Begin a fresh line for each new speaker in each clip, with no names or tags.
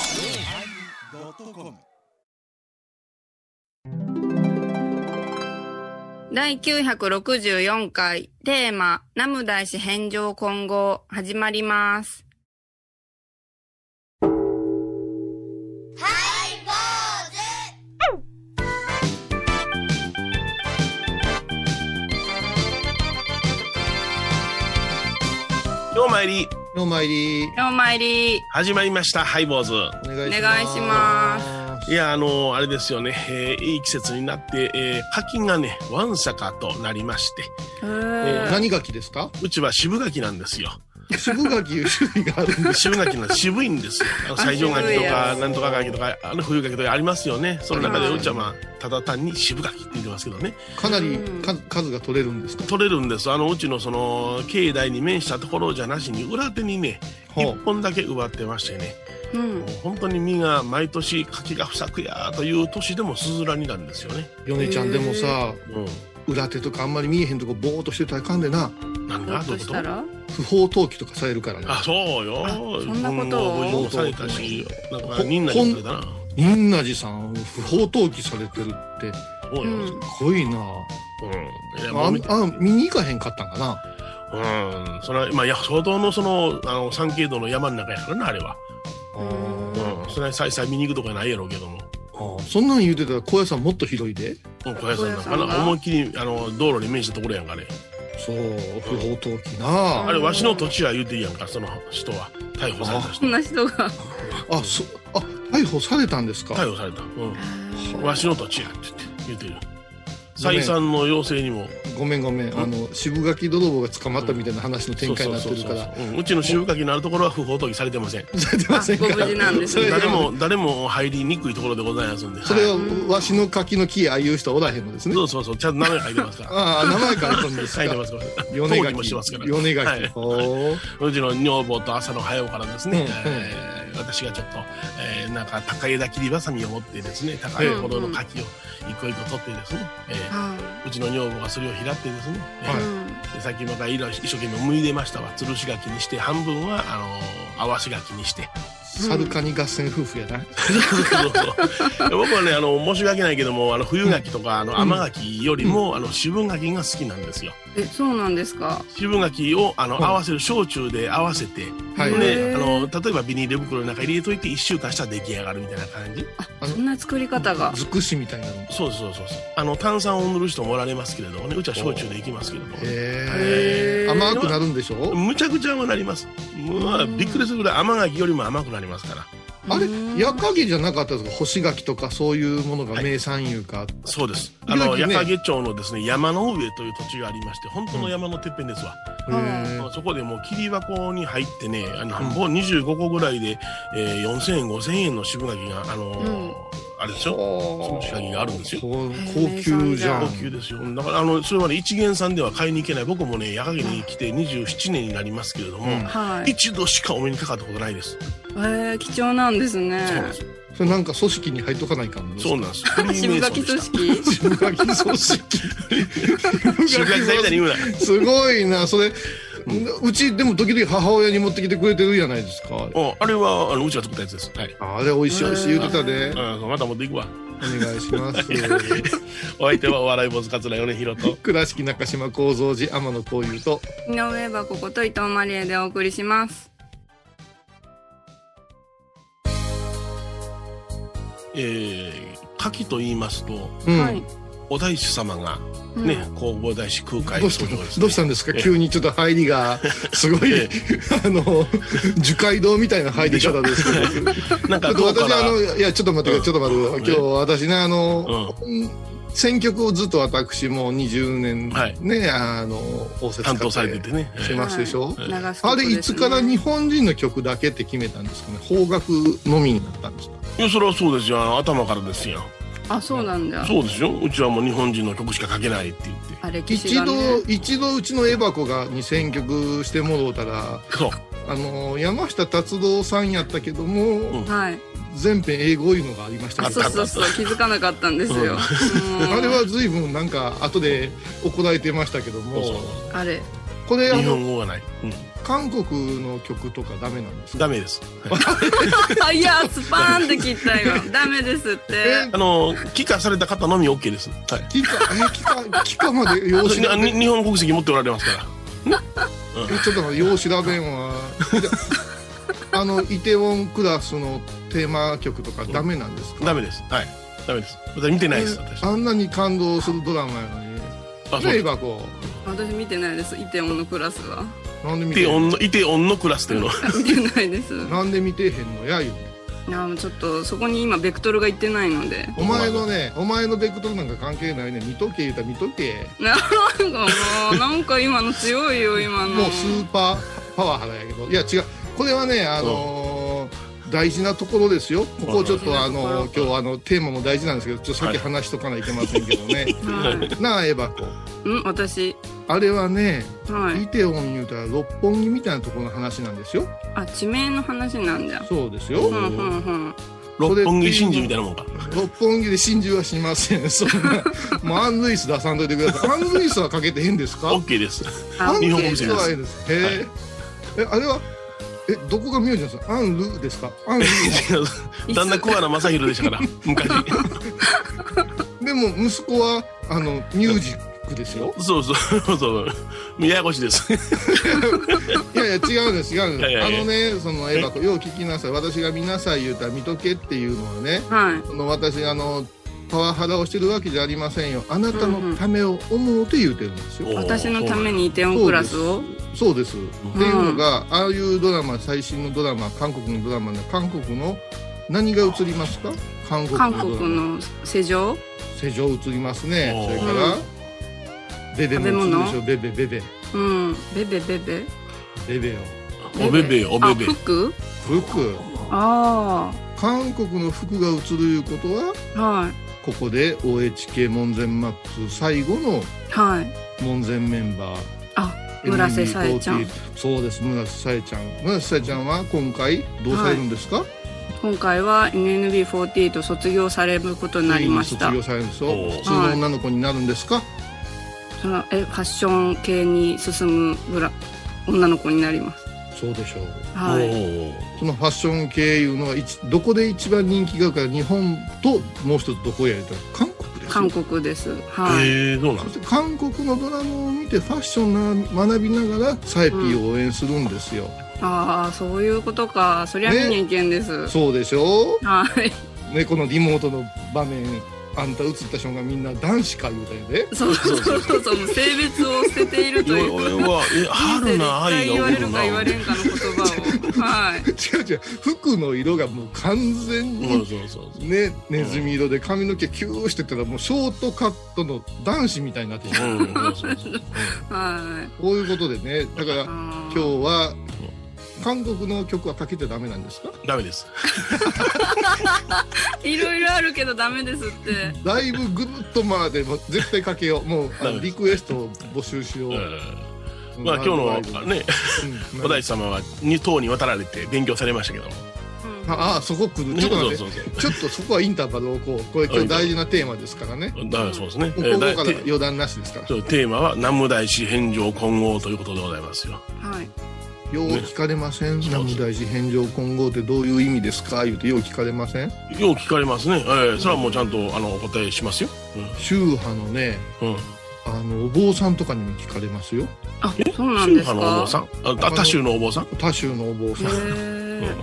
yosmir
第964回テーマ「ナム大師返上混合」始まります
ようまいり
の参り
ようまいり
始まりましたハイボーズ
お願いします
お願いします
いやあのーあれですよね、えーいい季節になって、えー柿がねわんさかとなりまして
う
ー
何柿ですか
うちは渋柿なんですよ
渋柿いう種類があるんです
渋柿の 渋いんですよあの西条柿
渋
と
いや
か
つ
なんとか柿とかあの冬柿とかありますよねその中で
うん
うちはまあただ単に渋柿って言ってますけどね
かなり
うん
か数が取れるんですか
取れるんですあのうちのその境内に面したところじゃなしに裏手にね
ほ
1本だけ奪ってましてね
うん
もう本当に実が毎年柿が不作やという年でもすずらになるんですよね
う米ちゃんでもさ
うん
裏手とかあんまり見えへんとこぼーっとしてたらあかんでな
何
ど
が
うと
どういう
し
こと
たら
不法投棄とかされるからな
あそうよ
そんなことを
文豪もされたしなんかみんなに言ってたな
仁和寺さん不法投棄されてるって
そう
う
よ、うん
ん
濃いな
うんいや
あ
もう見て
あ見に行かへんかったんかな
うん、それは、まあ、いや相当のその、あの、山系道の山の中やからな、あれは。
うん
うん、それは再々見に行くとかないやろうけども。
あそんなん言うてたら高野山もっと広いで
うん小屋さんなん
小屋
か
さん
な、
が
思いっきり、あの、道路に面したところやんかね。
そう不法投棄
うん
な
あれ、わしの土地や言うていいやんか、その人は。逮捕された
そ
人
ん。な人が
あそあ逮捕されたんですか
逮捕された。うん。わしの土地やって言って、言うてる。再三の要請にも。
ごめんごめん、あの渋柿泥棒が捕まったみたいな話の展開になってるか
そうそう
ら
そうそううんうちの渋柿のあるところは不法投棄されてません。
されてませんか
あご無事なんですね
それ
誰も、誰も入りにくいところでございますんで。
それ
はい
はわしの柿の木ああいう人おらへんのですね
そうそうそう、ちゃんと名前書いてます から。
ああ名前からんですか
書いてますから。
米
登記
垣
もしてますから。
米
は
垣
い
ほう
うちの女房と朝の早起からですね、
うん
えー私がちょっと、えーなんか高枝切りばさみを持ってですね高いほどの柿を一個一個取ってですね、えー
あ
うちの女房がそれを拾ってですね、えー
ー
はい
うん
でさっきまた色々一生懸命剥いでましたわつるし柿にして半分はあのー合わし柿にして
猿カニ合戦夫婦やな
僕はねあの申し訳ないけどもあの冬柿とかあの甘柿よりも、あの渋柿が好きなんですよ
えそうなんですか
渋柿をあの、
はい
合わせる焼酎で合わせて
はい
で
へー
あの例えばビニール袋の中に入れといて1週間したら出来上がるみたいな感じ
あの
そんな作り方が
づくしみたいなのへ
そうそうそうそうあの炭酸を塗る人もおられますけれどもねうちは焼酎でいきますけれども、
へ
え
ー
甘くなるんでしょ
むちゃくちゃはなりますうわ
うん
びっくりするぐらい甘柿よりも甘くなりますから
あれ
うん
矢影じゃなかったですか干し柿とかそういうものが名産いうか
そうですあの
いわゆ
矢
るね
掛町のですね山の上という土地がありまして本当の山のてっぺんですわ、
へー
そこでもう霧箱に入ってねあの本25個ぐらいで、えー4000円5000円の渋柿があのー
うん
あれでしょその仕掛けがあるんですよ
こう
ー
高級じゃん
高級ですよだからあのそれはね一元さんでは買いに行けない僕もね矢掛に来て27年になりますけれども、
うん
はい
一度しかお目にかかったことないです、
えー貴重なんですね
そうなんですよ
それなんか組織に入っとかないかんの
そうなんですフリーメ
渋
イソン
柿組
でした
織
渋柿組織
渋垣さんみたいに言うな
すごいなそれうちでも時々母親に持ってきてくれてるじゃないですか
おあれはあのうちが作ったやつですはい
あれ美味しい美味しい言うてたで
あまた持っていくわ
お願いします
お相手はお笑い坊主桂米広と
倉敷中島幸三寺天野幸雄と
井上箱こと伊藤マリエでお送りします。
えー、柿と言いますと
うん
はい。
お大師様が
うん
ね、弘法大師空海
どうし
というところです
た
ね
どうしたんですか急にちょっと入りがすごい
え
あの樹海堂みたいな入り方で すけど
なん
ちょ
か
っと
どうか
私
ら
あのいやちょっと待ってくださいちょっと待ってください今日私ねあの、選曲をずっと私もう20年
はい
ね、あの応接
担当されててね、
してますでしょ、
流す曲
あれ
ですね
いつから日本人の曲だけって決めたんですかね邦楽のみになったんですか
いやそれはそうですよあの頭からですよ
あ、そうなんだ。
そうですようちはもう日本人の曲しか書けないって言って
あ、歴史
一
が
度
ね。
一度うちのエバコが2000曲してもろうたら
そう
あの山下達郎さんやったけども、
ん
はい。
全編英語いうのがありました
あ
あ、
け
った
そ
ど
うそうそう。気づかなかったんですよ。うん
あれは随分なんか後で怒られてましたけども
そうそう
あれ。
これあ
日
の
本語がない、うん、
韓国の曲とかダメなんですか
ダメです、はい
あいや、スパーンって切ったよ。 ダメですって。
え
あの帰化された方のみ OK です、はい、
キカえキカキカまで
あ
用
の
紙
あ
だ
に
ね
日本国籍持っておられますから
えちょっと待って用紙だべん はあのイテウォンクラスのテーマ曲とかダメなんですか
ダメですはいダメです私見てないです私
あんなに感動するドラマやのに
あそう
例
で
え
す
ばこ
私見てないです。イテオンのクラスは。
うなんで
イ
見て
テオ
へん
ンのイテオンのクラスというのは
見てないです。
なんで見てへんのや言うて
いや、もうちょっと、そこに今ベクトルがいってないので。
お前のねお前のベクトルなんか関係ないね見とけ言うたら見とけ
なんかもう、なんか今の強いよ、今の。
もうスーパーパワハラやけどいや違うこれはねあのー大事なところですよここちょっとあのー今日あのテーマも大事なんですけどちょっと先話しとかないといけませんけどね、
はい
なあエバコ
うん、私。
あれはね
はい
イ。テウォン言うたら六本木みたいなところの話なんですよ
あ、地名の話なんじゃ。
そうです
う
よ
ん、うん、うん。
六本木真珠みたいなもんか
六本木で心中はしませんそんなもうアン・ルイス出さんといてくださいアン・ルイスはかけてへんですか
OK です
あ
アン・
日
ル
本
イ
語
ス
じゃ
は
ない
えですへえ、えあれはえどこが名字なんですかアン・ルですかアン・ル
旦那桑名正宏でしたから昔
でも息子はあのミュージックですよ。
そうそうそうややこしいです
いやいや違うんです違うんで
いやいやい
す。
や
あのねそのエヴァ子よう聞きなさい私が見なさい言うたら見とけっていうのはね
はい。
その私あのパワハラをしてるわけじゃありませんよあなたのためを思うて言うてるんですよ。
私のためにイテオンクラスを。
そうです、っていうのがああいうドラマ最新のドラマ韓国のドラマで韓国の何が映りますか韓国
韓
のドラ
国
マ
の施錠
世情映りますね
お
そ
ー
れから、ベベも映るでしょベベベベ
うん。ベベベベ。
ベベよ
おべべおべべ
あ、服
服
あ
韓国の服が映るいうことは
あ。はい。
ここで OHK 門前マップス最後の
はい。
門前メンバー
あ、村瀬さえちゃん
NMB48。そうです村瀬さえちゃん村瀬さえちゃんは今回どうされるんですか、
今回は NNB48 を卒業されることになりました
卒業されるんですよ
おー
普通の女の子になるんですか、
そのえファッション系に進むブラ女の子になります
そうでしょう
はい
そのファッション系いうのは一どこで一番人気があるか日本ともう一つどこやりたら韓国ですよ
韓国ですはい、
ええどうな
そ
の
して韓国のドラマを見てファッションな学びながらサイピーを応援するんですよ、
ああそういうことかそりゃ見に行けんです、
そうでしょ
はい、
ねこのリモートの場面あんた映った瞬間みんな男子か言うたよね
そうそうそうそうもう性別を捨てていると
俺
いう
はえ春な愛
言
が
わ
起
れ
こる
る
な
か言われんかの言葉をはい
違う違う服の色がもう完全に
そうそうそうそう
ね、ネズミ色で髪の毛キューしてたらもうショートカットの男子みたいになってきた
うんそうそうそう
はい
こういうことでねだから
あ
今日
ー
は韓国の曲はかけちゃダメなんですか
ダメです
いろいろあるけどダメですって
だいぶぐるっと回ってもう絶対かけようもう
ダ
あ
メ
の
です
リクエストを募集しよう、
うん
うん
まあ今日の
ライブ
ね
うん
お大師様は二党に渡られて勉強されましたけども
うん
ああそこ来るちょっと待って
そうそうそう
ちょっとそこはインターバルをこうこれ今日大事なテーマですからね
だからそうですね。
もう
えー
ここ
だ
から
て
余談なしですから
そうテーマは南無大師返上混合ということでございますよ。
はい
よう聞かれません
ね
南無大師返上混合ってどういう意味ですか言うてよう聞かれませ
よ
ん
う聞かれますね。えーそれはもうちゃんとあのお答えしますよ。
宗派のね
うん。うん。
あのお坊さんとかにも聞かれますよ
あ
え
そうなんです
宗派のお坊さ
か
んあ、あ他州のお坊さん
他宗のお坊さ
へ
ん
え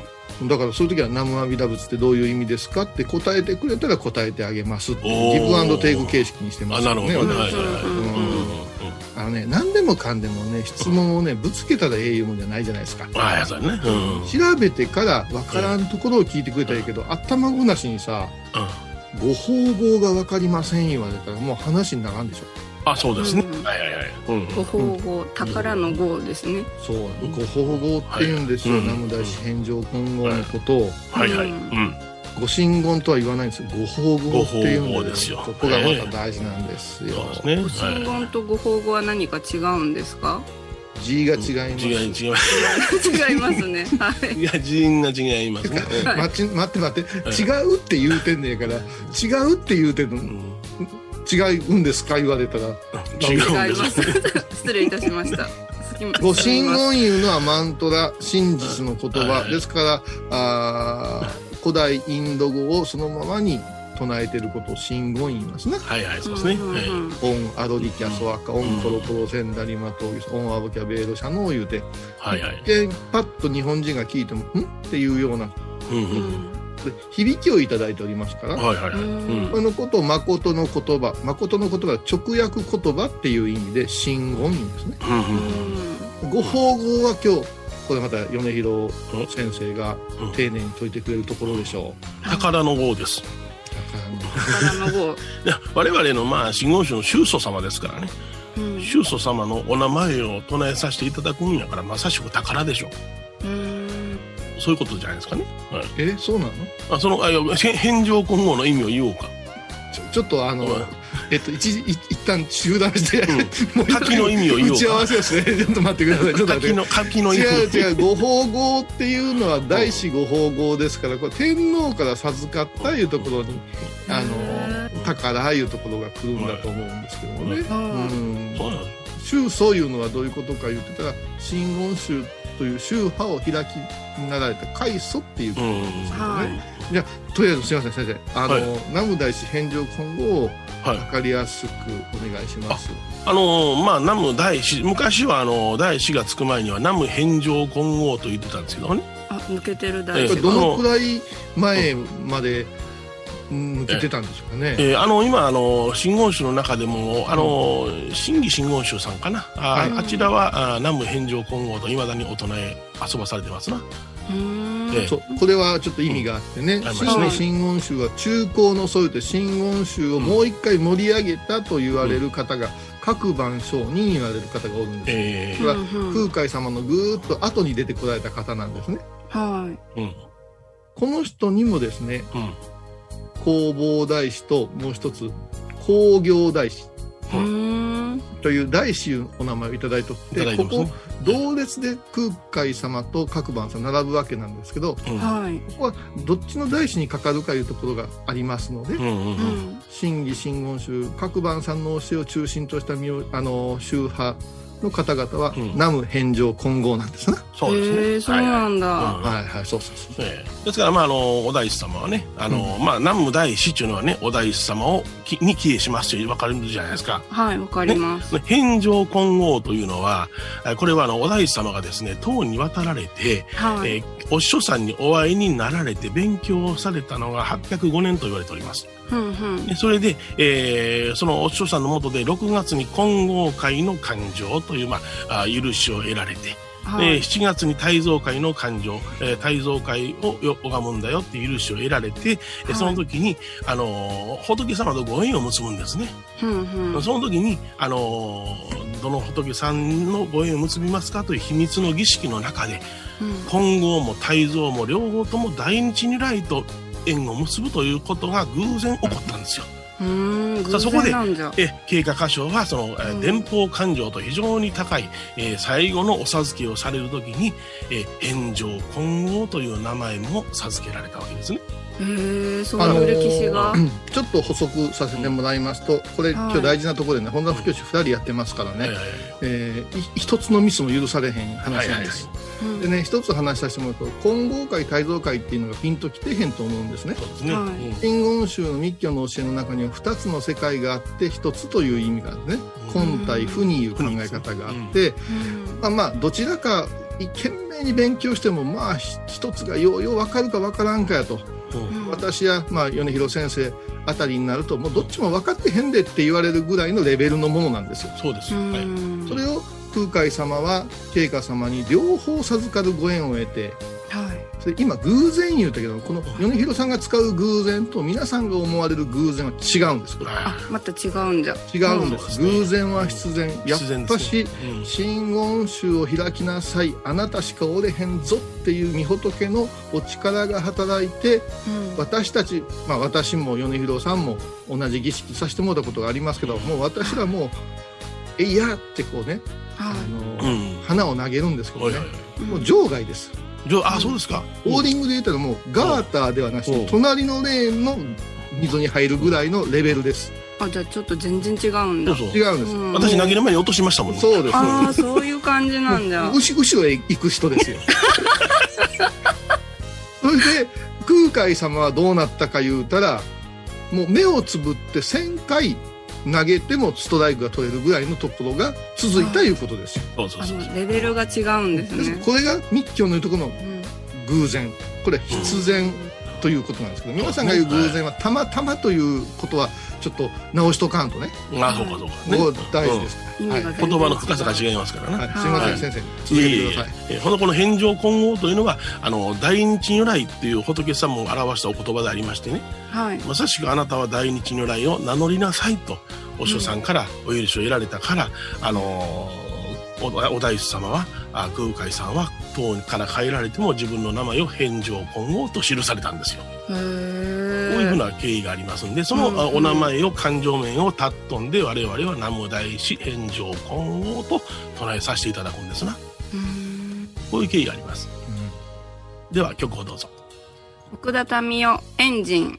だからそういう時は「南無阿弥陀仏ってどういう意味ですか?」って答えてくれたら答えてあげますって
おー
ギブアンドテイク形式にしてま
あ、
すよ
なるほ
ね
どね。
私
はいはいはい。
うん
うんうんうん
あのね何でもかんでもね質問をねぶつけたらええいうもんじゃないじゃないですか
ああ、そうだね。うん。うん
調べてから分からんところを聞いてくれたらいいけど頭ごなしにさ「ご方法が分かりません」言われたらもう話にならんでしょ
あ、そうですね
うん。
はいはいはい。うん。
ご宝号宝の号ですね。
そうご方法って言うんですよ
はい
南無大師返上今後のことを。
はいはい。
う
うんん。
ご神言とは言わないんですよ。ご法言っていうん
ご法言ですよ
ここがまた大事なんですよ。
そうですね。
真
はい
言とご宝号は何か違うんですか？
字が違います。
違い違います。
違います ね。はい。
いや、寺院が違いますね。
待ち待って待って、
はい
違うって言うてんねやから、違うって言うてん
う
の、
ん
違うんですか言われたら、
違うん
違い
で。
ます す。失礼いたしました。
御神言いうのはマントラ真実の言葉、
はい
ですからあー古代インド語をそのままに唱えてることを真言言いますね。
はいはい、そうですね。
うん
え
うんうん
オンアドリキャソアカオ
うん
ンコロコロセンダリマトウギソオンアボキャベードシャノー言うて
えはいはい。
でパッと日本人が聞いても「ん?」っていうようなで
うん
う
うん。
ん
響きをいただいておりますから、
はいはいはい。うん。
このことを誠の言葉誠の言葉は直訳言葉っていう意味で真言言ですね。
うんう
うん
うん
ん
ご法号は今日これまた米広先生が丁寧に説いてくれるところでしょう。
宝の号です。
宝の号
いや我々のまあ真言宗の宗祖様ですからね。
うん
宗祖様のお名前を唱えさせていただくんやから、まさしく宝でしょ
うん
そういうことじゃないですかね。はい。
えそうなの
あ、その、あ、いや、せ返上今後の意味を言おうか。
ちょちょっとあの、
うん
えっと一時い一旦中断して、
うん
もう一回
滝の意味を言おう
打ち合わせをして ちょっと待ってく ださいちょっと待っ
柿
て
の、柿の意味。
違う違うご法号っていうのは大師ご法号ですからこれ天皇から授かったいうところにあの宝いうところが来るんだと思うんですけどもね。うん
そうなんです
宗宗いうのはどういうことか言ってたら真言宗という宗派を開きになられた開祖っていう、
うん。
はい
とりあえずすいません先生あの、
はい
南無大師返上今後を
はい
分かりやすくお願いします、
あのーまあ、南無大師、昔はあのー大師がつく前には南無返上金剛と言ってたんですけどね。
あ抜けてる
え
大事
え
これどのくらい前までうん抜けてたんでしょうかね、
えーあの今あの真言宗の中でもあの真偽真言宗さんかなあ,、
はい
あちらはあ南無返上金剛といまだにお唱え遊ばされてますな、
うん
ええ
そうこれはちょっと意味があってね、
ん
真の真言宗は中高のそういうて真言宗をもう一回盛り上げたと言われる方が、各番商人言われる方がおるんで
え
すよこれは
うんうん
空海様のぐーっと後に出てこられた方なんですね
はい
ーうん
この人にもですね
うん
弘法大師ともう一つ工業大師
うん
うん
という大師いうお名前をいただいておっ
いただ
て
いて
こ
ますね
こ同列で空海様と各番さん並ぶわけなんですけどこ
うん
はい
こはどっちの大師にかかるかいうところがありますので、
うんうんう
うんん
真偽真言宗各番さんの教えを中心とした身をあの宗派の方々は、
うん
南無返上混合なんですね。
そうですね、
へーそうなんだ
はいはい
はいはい、そうそうそう。
うんえーですから、まあ、あのお大師様はねあの、まあ、南無大師っていうのはねお大師様をきに帰依しますと分かるじゃないですか。
はいわかります
返上金剛というのはえーこれはあのお大師様がですね唐に渡られて、
はい
えーお師匠さんにお会いになられて勉強をされたのが805年と言われております。
うんうん
でそれで、えーそのお師匠さんのもとで6月に金剛会の勘定という、まあ、あー許しを得られて、
はい
で7月に大蔵会の勘定、えー、大蔵会をよ拝むんだよっていう許しを得られて、えーその時に、あのー仏様とご縁を結ぶんですね。
うんうん
その時に、あのーどの仏さんのご縁を結びますかという秘密の儀式の中で、
うん
金剛も泰蔵も両方とも大日如来と縁を結ぶということが偶然起こったんですよ。
うーん
さあ
偶
そこで
然なんじゃ
え経過歌唱はその、えー
うん
伝法感情と非常に高い、えー最後のお授けをされる時に、えー、返上金剛という名前も授けられたわけですね。
へえそういう歴史が
あ
は
ちょっと補足させてもらいますと、これ、
はい
今日大事なところでね、本田不教師2人やってますからね、
え
えーい一つのミスも許されへん
ーはいは
話ないん
はい
です。
そ
い
でね、一つ話させてもらうと、混合会、改造会っていうのがピンときてへんと思うんですね。
うですね。
はい
うん
真言宗の密教の教えの中には2つの世界があって1つという意味があるね
うん
根対不にいう考え方があって、
うん
まあまあどちらか懸命に勉強してもまあひ一つがようよう分かるか分からんかやと
うん
うん
私やまあ米広先生あたりになるともうどっちも分かってへんでって言われるぐらいのレベルのものなんですよ。
そうです、
う
はい
ん
それを空海様は慶華様に両方授かるご縁を得て
はい
それ今偶然言うたけどこの米広さんが使う偶然と皆さんが思われる偶然は違うんですこれ
はい
あまた違うんじゃ
違うんで
そ
す
うですね
偶然は必然や
必然
っ
です
ぱ
ね
し
うん
真言宗を開きなさいあなたしかおれへんぞっていう御仏のお力が働いて
うん
私たち、まあ、私も米広さんも同じ儀式させてもらったことがありますけどもう私らも「えいや!」ってこうねあ
は
う
の
ん
花を投げるんですけど
はい
ね
はいはい
い
もう場外です
じゃああそうですか
ボーリングで言ったらもうガーターではなしに隣のレーンの溝に入るぐらいのレベルです
あ、じゃあちょっと全然違うん
そ
だ。
うそう
違うんですよ、
ん
私投げる前に落としましたもんね
そうです
ああ、そういう感じなんだ。
牛後ろへ行く人 ですよそれで空海様はどうなったか言うたらもう目をつぶって1,000回投げてもストライクが取れるぐらいのところが続いたいうことですよ。
そうそう
あ
そう
のレベルが違うんですね。
これが密教のいうところの
うん
偶然これは必然ということなんですけど皆さんが言う偶然はたまたまということはちょっと直しとかんとね
まあそうかそうかね
もう大事ですか
意味が全然違う
言葉の深さが違いますからね、
ら、はい、すいませ
は
ん
い
先生続
いえ
け
い
て
え
ください。
えーこのこの返上混合というのがあの大日如来っていう仏様を表したお言葉でありましてね
はい。
まさしくあなたは大日如来を名乗りなさいとお師匠さんからお許しを得られたから、あのーおお大師様はあ空海さんは唐から帰られても自分の名前を返上混合と記されたんですよ。
へ
こういうふう
え。
な経緯がありますんで、そ
うん
のあお名前を、感情面をたっとんで、我々は南無大師炎上金剛と唱えさせていただくんですな。
うん
こういう経緯があります。では曲をどうぞ。
奥田民生エンジン。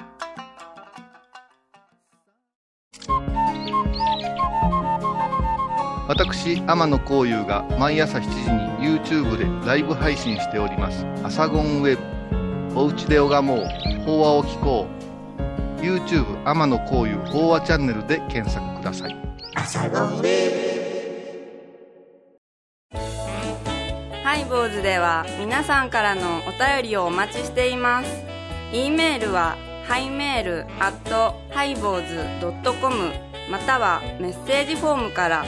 私天野幸雄が毎朝7時に YouTube でライブ配信しております「アサゴンウェブ」「おうちで拝もう法話を聞こう」YouTube 天野幸雄法話チャンネルで検索ください
ハイボーズでは皆さんからのお便りをお待ちしています。e メールはハイメールアットハイボーズドットコムまたはメッセージフォームから、フ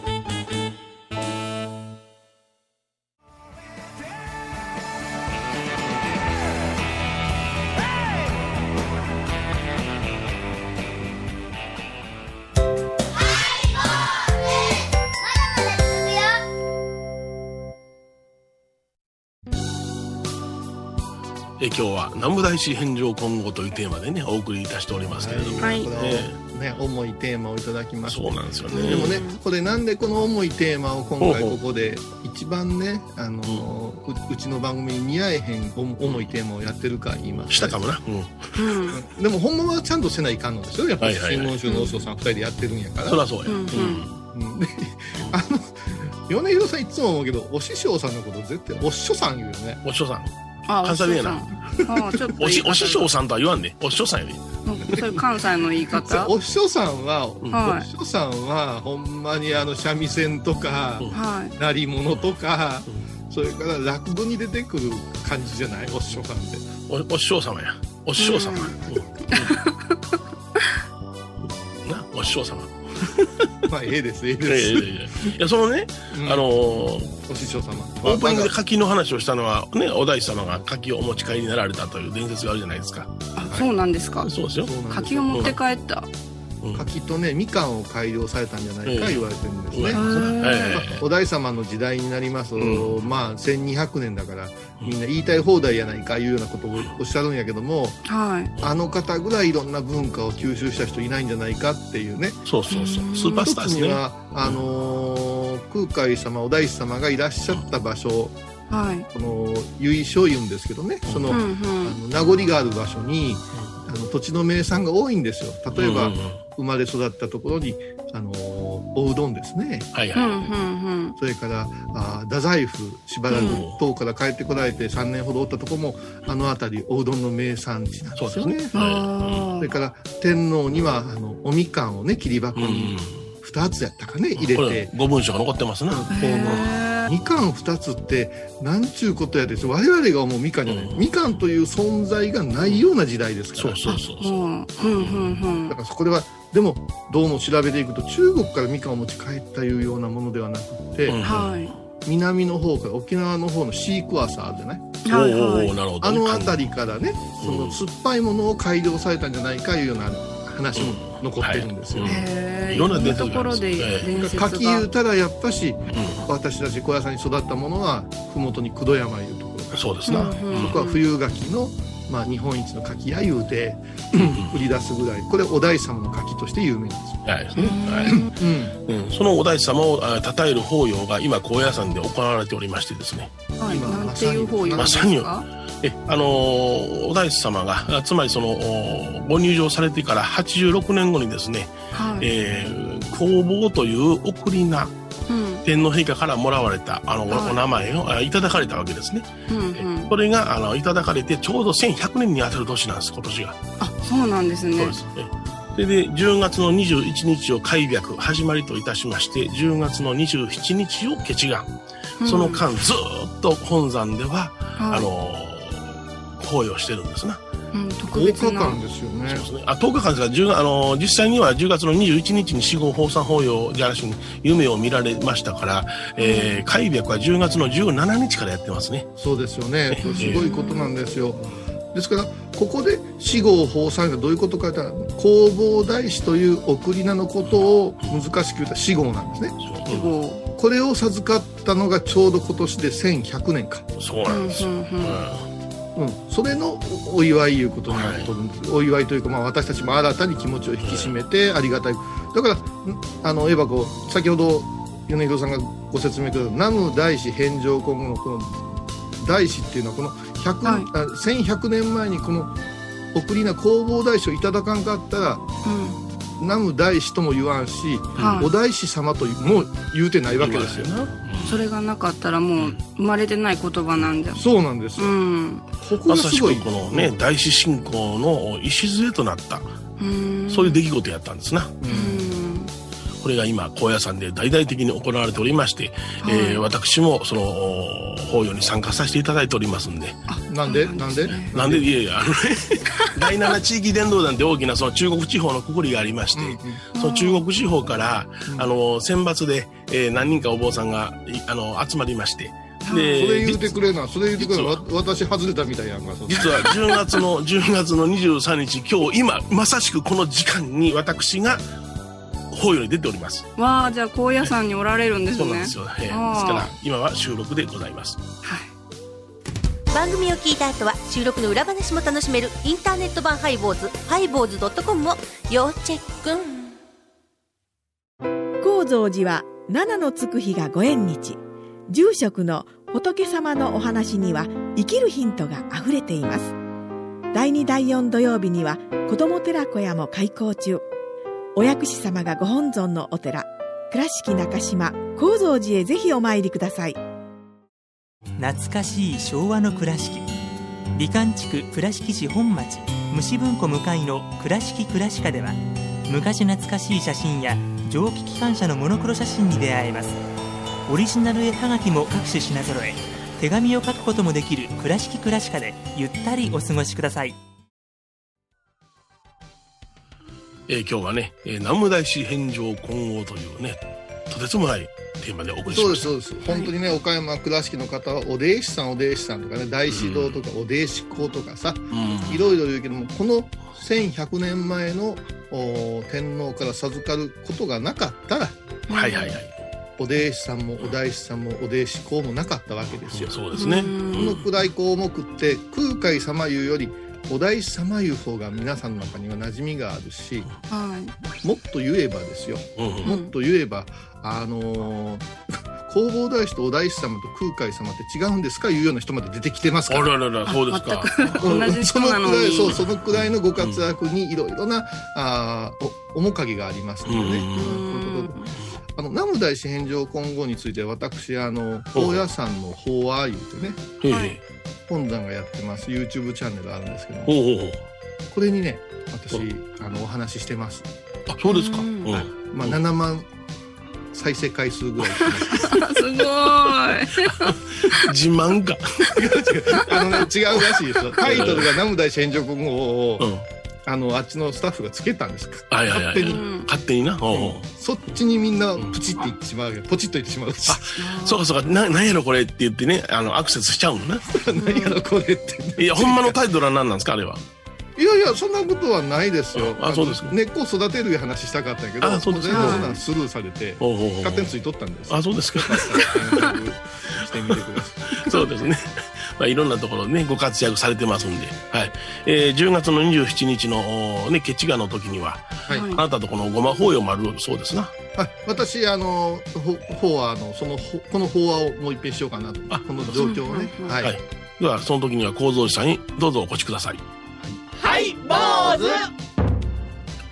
え今日は南無大師返上今後というテーマでね、お送りいたしておりますけれども。
はい
これ
え
をね、重いテーマをいただきました
そうなんですよね。
でもね、これなんでこの重いテーマを今回ここで一番ね、あのーううちの番組に似合えへん重重いテーマをやってるか言います
したかもな。うん。
うん
でも本物はちゃんとせないかんのですよやっぱり
はいはい
新
はい
聞宗のお師匠さん2人でやってるんやから、
そらそうや。
うんうん
うんであの米広さんいつも思うけどお師匠さんのこと絶対お師匠さん言うよね
お師匠さん。
あ
関西弁やな
な。あちょっと
お
言い
し
方
お師匠さんとは言わんね。お師匠さんやね。
なんかそういう関西の言い方。
お師匠さんは、
うん
はい
お師匠さんはほんまにあの三味線とか、
うん
はい。
鳴り物とか、それから落語に出てくる感じじゃないお師匠さんって
おお師匠様やお師匠様、
うん
うんなお師匠様
まあええですえ
い
え
や
で
い
す
やいやいやいやそのね、
うん
あのー
お師匠様
オープニングで柿の話をしたのはねお大師様が柿をお持ち帰りになられたという伝説があるじゃないですか
あそうなんですか。
そうですよ、
柿を持って帰った。
うん
柿とねみかんを改良されたんじゃないか
ええ
言われてるんです
う
ね、
ん
ま
え
あお大様の時代になりますと、
う
まあ1200年だからみんな言いたい放題やないかいうようなことをおっしゃるんやけども
はい。
あの方ぐらいいろんな文化を吸収した人いないんじゃないかっていうね
えそうそうそうスーパー
一
ス
つ
ターです
に
ね
は、あのー空海様お大師様がいらっしゃった場所
はい。
この由緒言うんですけどねその,、
うんう
あ
ん。
の名残がある場所にあの土地の名産が多いんですよ例えば、
うんうんうん
生まれ育ったところに、あのーおうどんですね
はいうはい、
んうん
それからあー太宰府しばら
う
く
ん
唐から帰ってこられて3年ほどおったとこもあの辺りおうどんの名産地なん
そ
で
うですす
よ
ね
ね。
うん。
は
あ
それから天皇にはあのおみかんをね切り箱
いうんうん
に2つやったかね入
こ
れ
れ
て
ご文章が残ってますな、
あ。へえ。
みかん2つってなんちゅうことやで我々が思うみかんじゃない、
うん
みかんという存在がないような時代ですから
そうそうそうそう。
うんうんうん
だからそこではでもどうも調べていくと中国からみかんを持ち帰ったいうようなものではなくって、
うん
うんはい
南の方から沖縄の方のシークワーサーじゃない
はい
お
は
ーお
い
ーなるほど
あ
ね。
の辺りからねその酸っぱいものを改良されたんじゃないかいうような話も残ってるんですよ。
うん
へえ
いろんな伝
と
説が
こ
あ
ろ
るん
で
ですね
伝説が
柿言うたらやっぱし
うんう
私たち小屋さんに育ったものは麓に工藤山いうところ
んそうですな。
うんうん
うん
僕は冬柿の、まあ、日本一の柿やいうて
うん
売り出すぐらいこれお大師様の柿として有名なんですよ。
はいですね。はい。
うん
うん、そのお大師様をあ称える法要が今高野山で行われておりましてですね
はい
今
なんていう方言ですか
まさにえあのーお大師様があつまりそのおご入場されてから86年後にですね、
はい
えー工房という送り名
うん
天皇陛下からもらわれたあのお,、
はい
名前をあいただかれたわけですね、
うん
え
うん
これがあのいただかれてちょうど1100年にあたる年なんです今年が、
あそうなんですね
そうですえそれで10月の21日を開闢始まりといたしまして10月の27日を決願
うん
その間ずーっと本山では、
はい
あのー法要してるんですな、
うん特
10
別
日
な
間ですよね
そうですねあ10日間ですが10あのー実際には10月の21日に死後法産法要じゃらしに夢を見られましたから、えー、開闢は10月の17日からやってますね
そうですよねこれすごいことなんですよ。ですからここで死後法産がどういうことかというと弘法大師という送り名のことを難しく言うと死後なんですね。
記
そ
号
これを授かったのがちょうど今年で1100年か、
うそう
う
なん
ん
ですよ、
うんうん
うん、それのお祝いいうことになると思うんです、お祝いというか、まあ、私たちも新たに気持ちを引き締めてありがたいだからんあのエバコ先ほど米広さんがご説明ください南無大師返上今後のこの大師っていうのはこの100、
はい
あ1100年前にこの送りな弘法大師をいただかんかったら
うん
南無大師とも言わんし、
はい
お大師様とも言うてないわけですよ。
な、
それがなかったらもう生まれてない言葉なんじゃ
そうなんです
う
よ、
ん
ここ
ま
が
さし
すご
く
い
このね、大師信仰の礎となった、
うん
そういう出来事やったんですな。
うん
これが今高野山で大々的に行われておりまして、
はい
えー私もそのお法要に参加させていただいておりますんで
なんでなんで
なんでいやいやあの ね第7地域伝道団って大きなその中国地方のくくりがありまして、その中国地方から、
うん
あの選抜で、えー何人かお坊さんがいあの集まりまして
それ言うて
で
くれな、それ言うてくれな、
実
わ私外れたみたいやんか、そ
実は10月 の10月の23日今日今まさしくこの時間に私が法要に出ております。
わあじゃあ高野山におられるんですね
そうなんですよ。えー
あー
ですから今は収録でございます。
番組を聞いた後は収録の裏話も楽しめるインターネット版ハイボーズハイボーズドットコムを要チェック
高蔵寺は七のつく日がご縁日住職の仏様のお話には生きるヒントがあふれています第2第4土曜日には子ども寺小屋も開校中お薬師様がご本尊のお寺倉敷中島・高蔵寺へぜひお参りください
懐かしい昭和の倉敷美観地区倉敷市本町虫文庫向かいの「倉敷倉歯科」では昔懐かしい写真や蒸気機関車のモノクロ写真に出会えますオリジナル絵はがきも各種品揃え手紙を書くこともできる「倉敷倉歯科」でゆったりお過ごしください
えー今日はね、えー南無大師返上今後というね、とてつもないテーマでお送りし
そう
ま
で
し
す
た。
そうです、本当にね岡山倉敷の方はお弟子さんお弟子さんとかね大師堂とかお弟子校とかさ、いろいろ言うけどもこの1100年前のお天皇から授かることがなかったら
うんはいはいはい。
お弟子さんもお大師さんもお弟子校もなかったわけですよ。
そうですね。う
うん
この
ん
くらい項目って空海様いうよりお大師様いう方が皆さんの中には馴染みがあるし
はい
もっと言えばですよ
うん
もっと言えば、あのー 弘法大師とお大師様と空海様って違うんですかいうような人まで出てきてますか
あ
ら。
ららら、そうですか。
う
全
ん
く同じ人なの
そのくらい
に
そうそのくらいのご活躍にいろいろな、あーお面影がありますのでね、
うん
こういうことであの南無大師返上今後について私あの高野山の法話言ってね
ええ
本山がやってます YouTube チャンネルあるんですけども
ほうほうほう
これにね私あのお話ししてます、
あ、そうですか。
う
うんん。
まあ、
うん
7万再生回数ぐらい
すごい。
自慢か
あのね違うらしいですよタイトルが「南無大戦場国語」を、あのあっちのスタッフがつけたんです
はいはいはい
勝手に
勝手にな、おうおう
そっちにみんなプチっていってしまうよポチッといってしまうし
そうかそうかななんやろこれって言ってねあのアクセスしちゃうのな
何やろこれって
いやほんまのタイトルは何なんですかあれはい
やいやそんなことはないですよ
あそうですか
の根っこを育てる話したかったんやけど
あそうですか
も全然そんなんスルーされて
おうおうおう
勝手についとったんです
あそうですか
してみてくださ
そうですね。まあ、いろんなところでね、ご活躍されてますんで、はい。えー10月の27日の、おーね、ケチガの時には、
い、はい
あなたとこのごま法要もあるそうですな。
あ私あのほ法話のそのほこの法話をもう一遍しようかなとこの状況をね
うん
はい、
はい。では、その時には構造師さんにどうぞお越しください。
はい坊主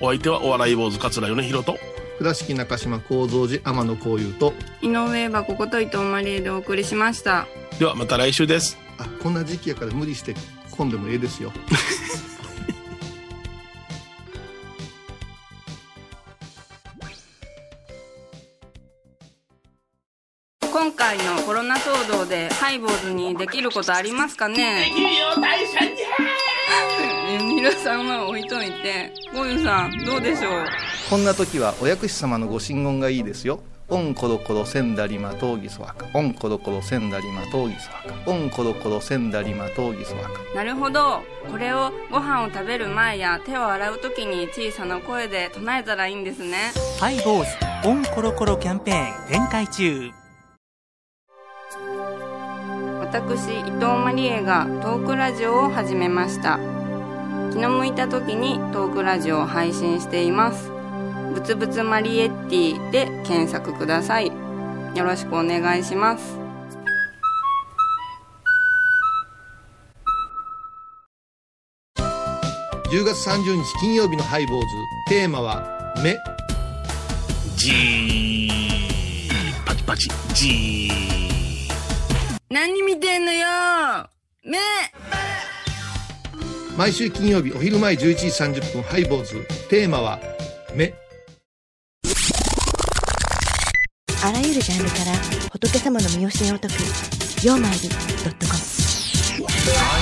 お相手はお笑い坊主桂米宏と、
倉敷中島幸三寺天野幸雄と
井上はここと伊藤マリエでお送りしました。
ではまた来週です。
あこんな時期やから無理して混んでもええですよ
今回のコロナ騒動でハイボーズにできることありますかね
企業大社に
え皆さんは置いといてゴユさんどうでしょう
こんな時はお薬師様のご神言がいいですよ。オンコロコロセンダリマトウギソワカ。オンコロコロセンダリマトウギソワカ。オンコロコロセンダリマトウギソワカ。
なるほどこれをご飯を食べる前や手を洗う時に小さな声で唱えたらいいんですね
ハイボーズオンコロコロキャンペーン展開中
私伊藤マリエがトークラジオを始めました気の向いた時にトークラジオを配信していますぶつぶつマリエッティで検索くださいよろしくお願いします
10月30日金曜日のハイボーズテーマは目
じー、パチパチ、じ
何見てんのよ目
毎週金曜日お昼前11時30分ハイボーズテーマは目
あらゆるジャンルから仏様の身教えを説く「曜マイルドットコム」
ー。